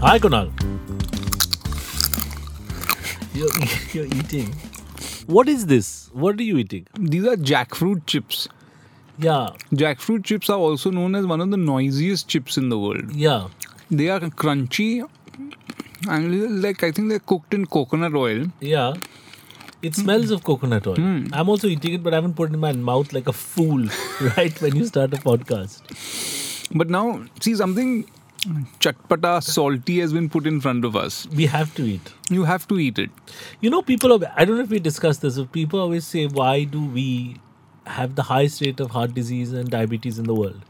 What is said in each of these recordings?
Hi, Kunal. You're, you're eating. What is this? What are you eating? These are jackfruit chips. Yeah, Jackfruit chips are also known as one of the noisiest chips in the world. yeah. They are crunchy and like I think they're cooked in coconut oil. Yeah. It smells of coconut oil. I'm also eating it, but I haven't put it in my mouth like a fool right when you start a podcast. But now, see, something chatpata, salty has been put in front of us. We have to eat. You have to eat it. You know, people, are, I don't know if we discussed this, but people always say, why do we have the highest rate of heart disease and diabetes in the world?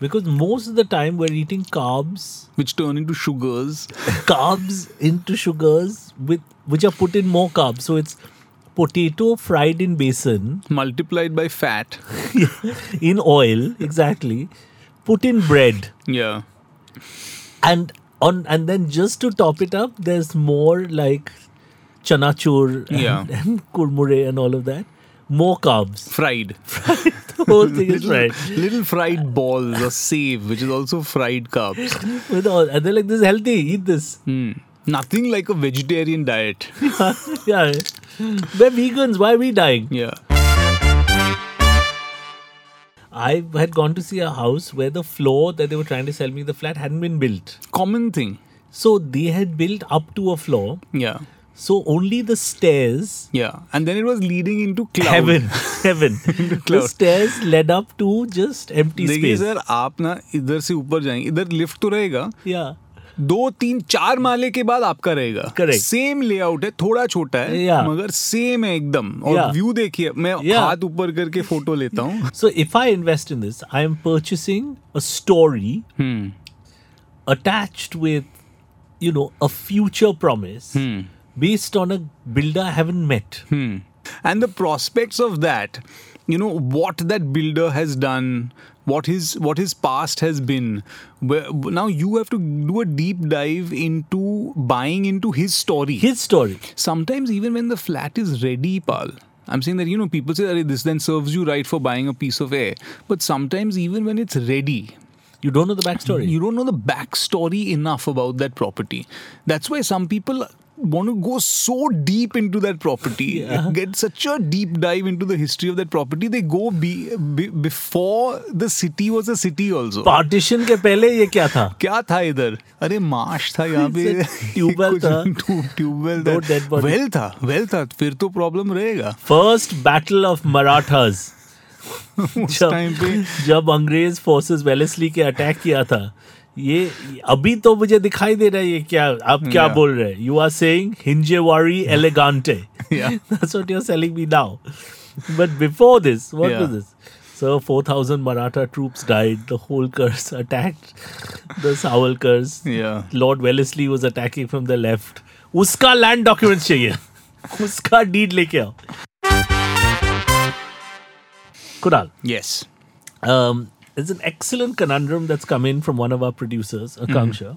Because most of the time we're eating carbs, Which turn into sugars. carbs into sugars with which are put in more carbs. So it's potato fried in basin. multiplied by fat. in oil exactly put in bread Yeah. and on and then just to top it up there's more like chanachur and, Yeah. and kurmure and all of that more carbs Fried. the whole thing is Little, right little fried balls or save, which is also fried carbs. with all and they're like this is healthy eat this Hmm. Nothing like a vegetarian diet. yeah we're vegans why are we dying Yeah. i had gone to see a house where the floor that they were trying to sell me the flat hadn't been built Common thing. so they had built up to a floor Yeah. so only the stairs Yeah. And then it was leading into cloud. heaven heaven the cloud. stairs led up to just empty देखिए space sir आप ना इधर से ऊपर जाएंगे इधर lift तो रहेगा yeah दो तीन चार माले के बाद आपका रहेगा Correct. सेम लेआउट है थोड़ा छोटा है Yeah. मगर सेम है एकदम और Yeah. व्यू देखिए मैं Yeah. हाथ ऊपर करके फोटो लेता हूँ so if i invest in this i am purchasing a story attached with you know a future promise based on a builder i haven't met and the prospects of that you know what that builder has done what his what his past has been where, now you have to do a deep dive into buying into his story his story sometimes even when the flat is ready pal i'm saying that you know people say "Arey, this then serves you right for buying a piece of air but sometimes even when it's ready you don't know the backstory you don't know the backstory enough about that property. That's why some people want to go so deep into that property, get such a deep dive into the history of that property. They go be, be, before the city was a city Hmm. also. Partition के पहले ये क्या था क्या था इधर अरे माश था यहाँ पे It's a tubewell कुछ था। ट्यूब ट्यूबवेल No dead था body. वेल था वेल था फिर तो प्रॉब्लम रहेगा फर्स्ट बैटल ऑफ मराठास उस जब- टाइम पे जब अंग्रेज फोर्सेस वेलेस्ली के अटैक किया था ये अभी तो मुझे दिखाई दे रहा है ये क्या आप क्या Yeah. बोल रहे हैं you are saying Hinjewadi Elegante Yeah. That's what you are selling me now but before this what Yeah. Was this So 4,000 Maratha troops died. The Holkars attacked the Savalkars. Yeah. Lord Wellesley was attacking from the left. उसका land documents चाहिए. उसका deed लेके आओ. Kunal, yes um, there's an excellent conundrum that's come in from one of our producers, Akanksha,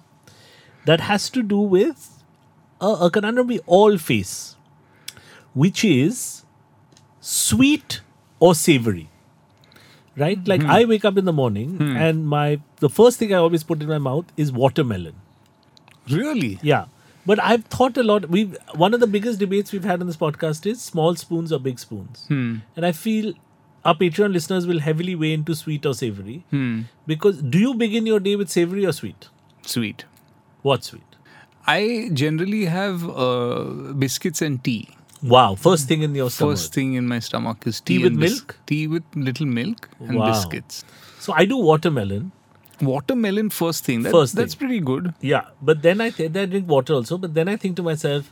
that has to do with a, a conundrum we all face, which is sweet or savory. Right? Like I wake up in the morning and my the first thing I always put in my mouth is watermelon. really Yeah. But I've thought a lot. We have one of the biggest debates we've had on this podcast is small spoons or big spoons, and I feel our Patreon listeners will heavily weigh into sweet or savory because do you begin your day with savory or sweet? sweet What sweet? I generally have uh, biscuits and tea Wow! First thing in your stomach. first thing in my stomach is tea, Tea with and bis- milk? Tea with little milk and Wow. biscuits. So I do watermelon. Watermelon first thing. That, First that's pretty good. Yeah, but then I th- then I drink water also. But then I think to myself,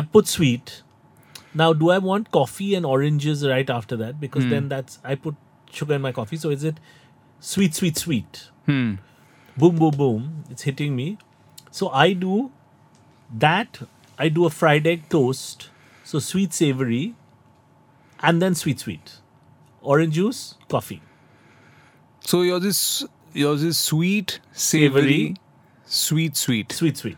I put sweet. Now, do I want coffee and oranges right after that? Because then that's I put sugar in my coffee. So is it sweet, sweet, sweet? Boom, boom, boom! It's hitting me. So I do that. I do a fried egg toast. So sweet, savory, and then sweet, sweet. Orange juice, coffee. So yours is yours is sweet, savory, Savory. sweet, sweet. sweet sweet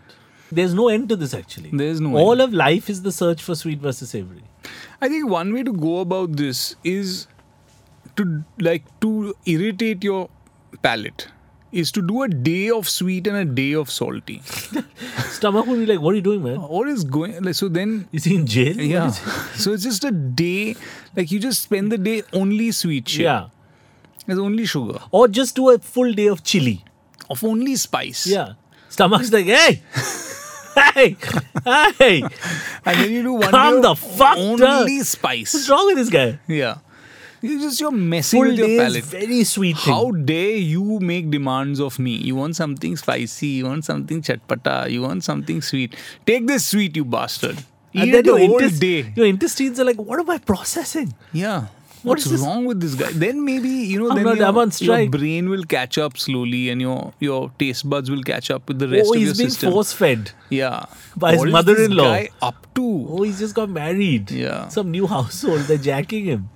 there's no end to this actually There's no all of life is the search for sweet versus savory I think one way to go about this is to like to irritate your palate. is to do a day of sweet and a day of salty. Stomach would be like, "What are you doing, man? Or is going like so then Is he in jail? What yeah. is- so it's just a day like you just spend the day only sweet shit. yeah." There's only sugar. Or just do a full day of chili. Of only spice. Yeah. Stomach's like, "Hey, hey, hey, And then you do one Calm day the of fuck only down. what's spice. wrong with this guy?" Yeah. You just you're messing Full with your day is palate. very sweet. Thing. How dare you make demands of me? You want something spicy, you want something chatpata, you want something sweet. Take this sweet, you bastard. Eat and it then the your, whole intest- day. your intestines are like, "What am I processing?" Yeah. What What's is this? wrong with this guy? Then maybe you know. I'm then not- your, I'm on Your strike. brain will catch up slowly, and your your taste buds will catch up with the rest oh, of he's your being system. force-fed. yeah. by his What is this mother-in-law. guy up to? Oh, he's just got married. Yeah. Some new household. They're jacking him.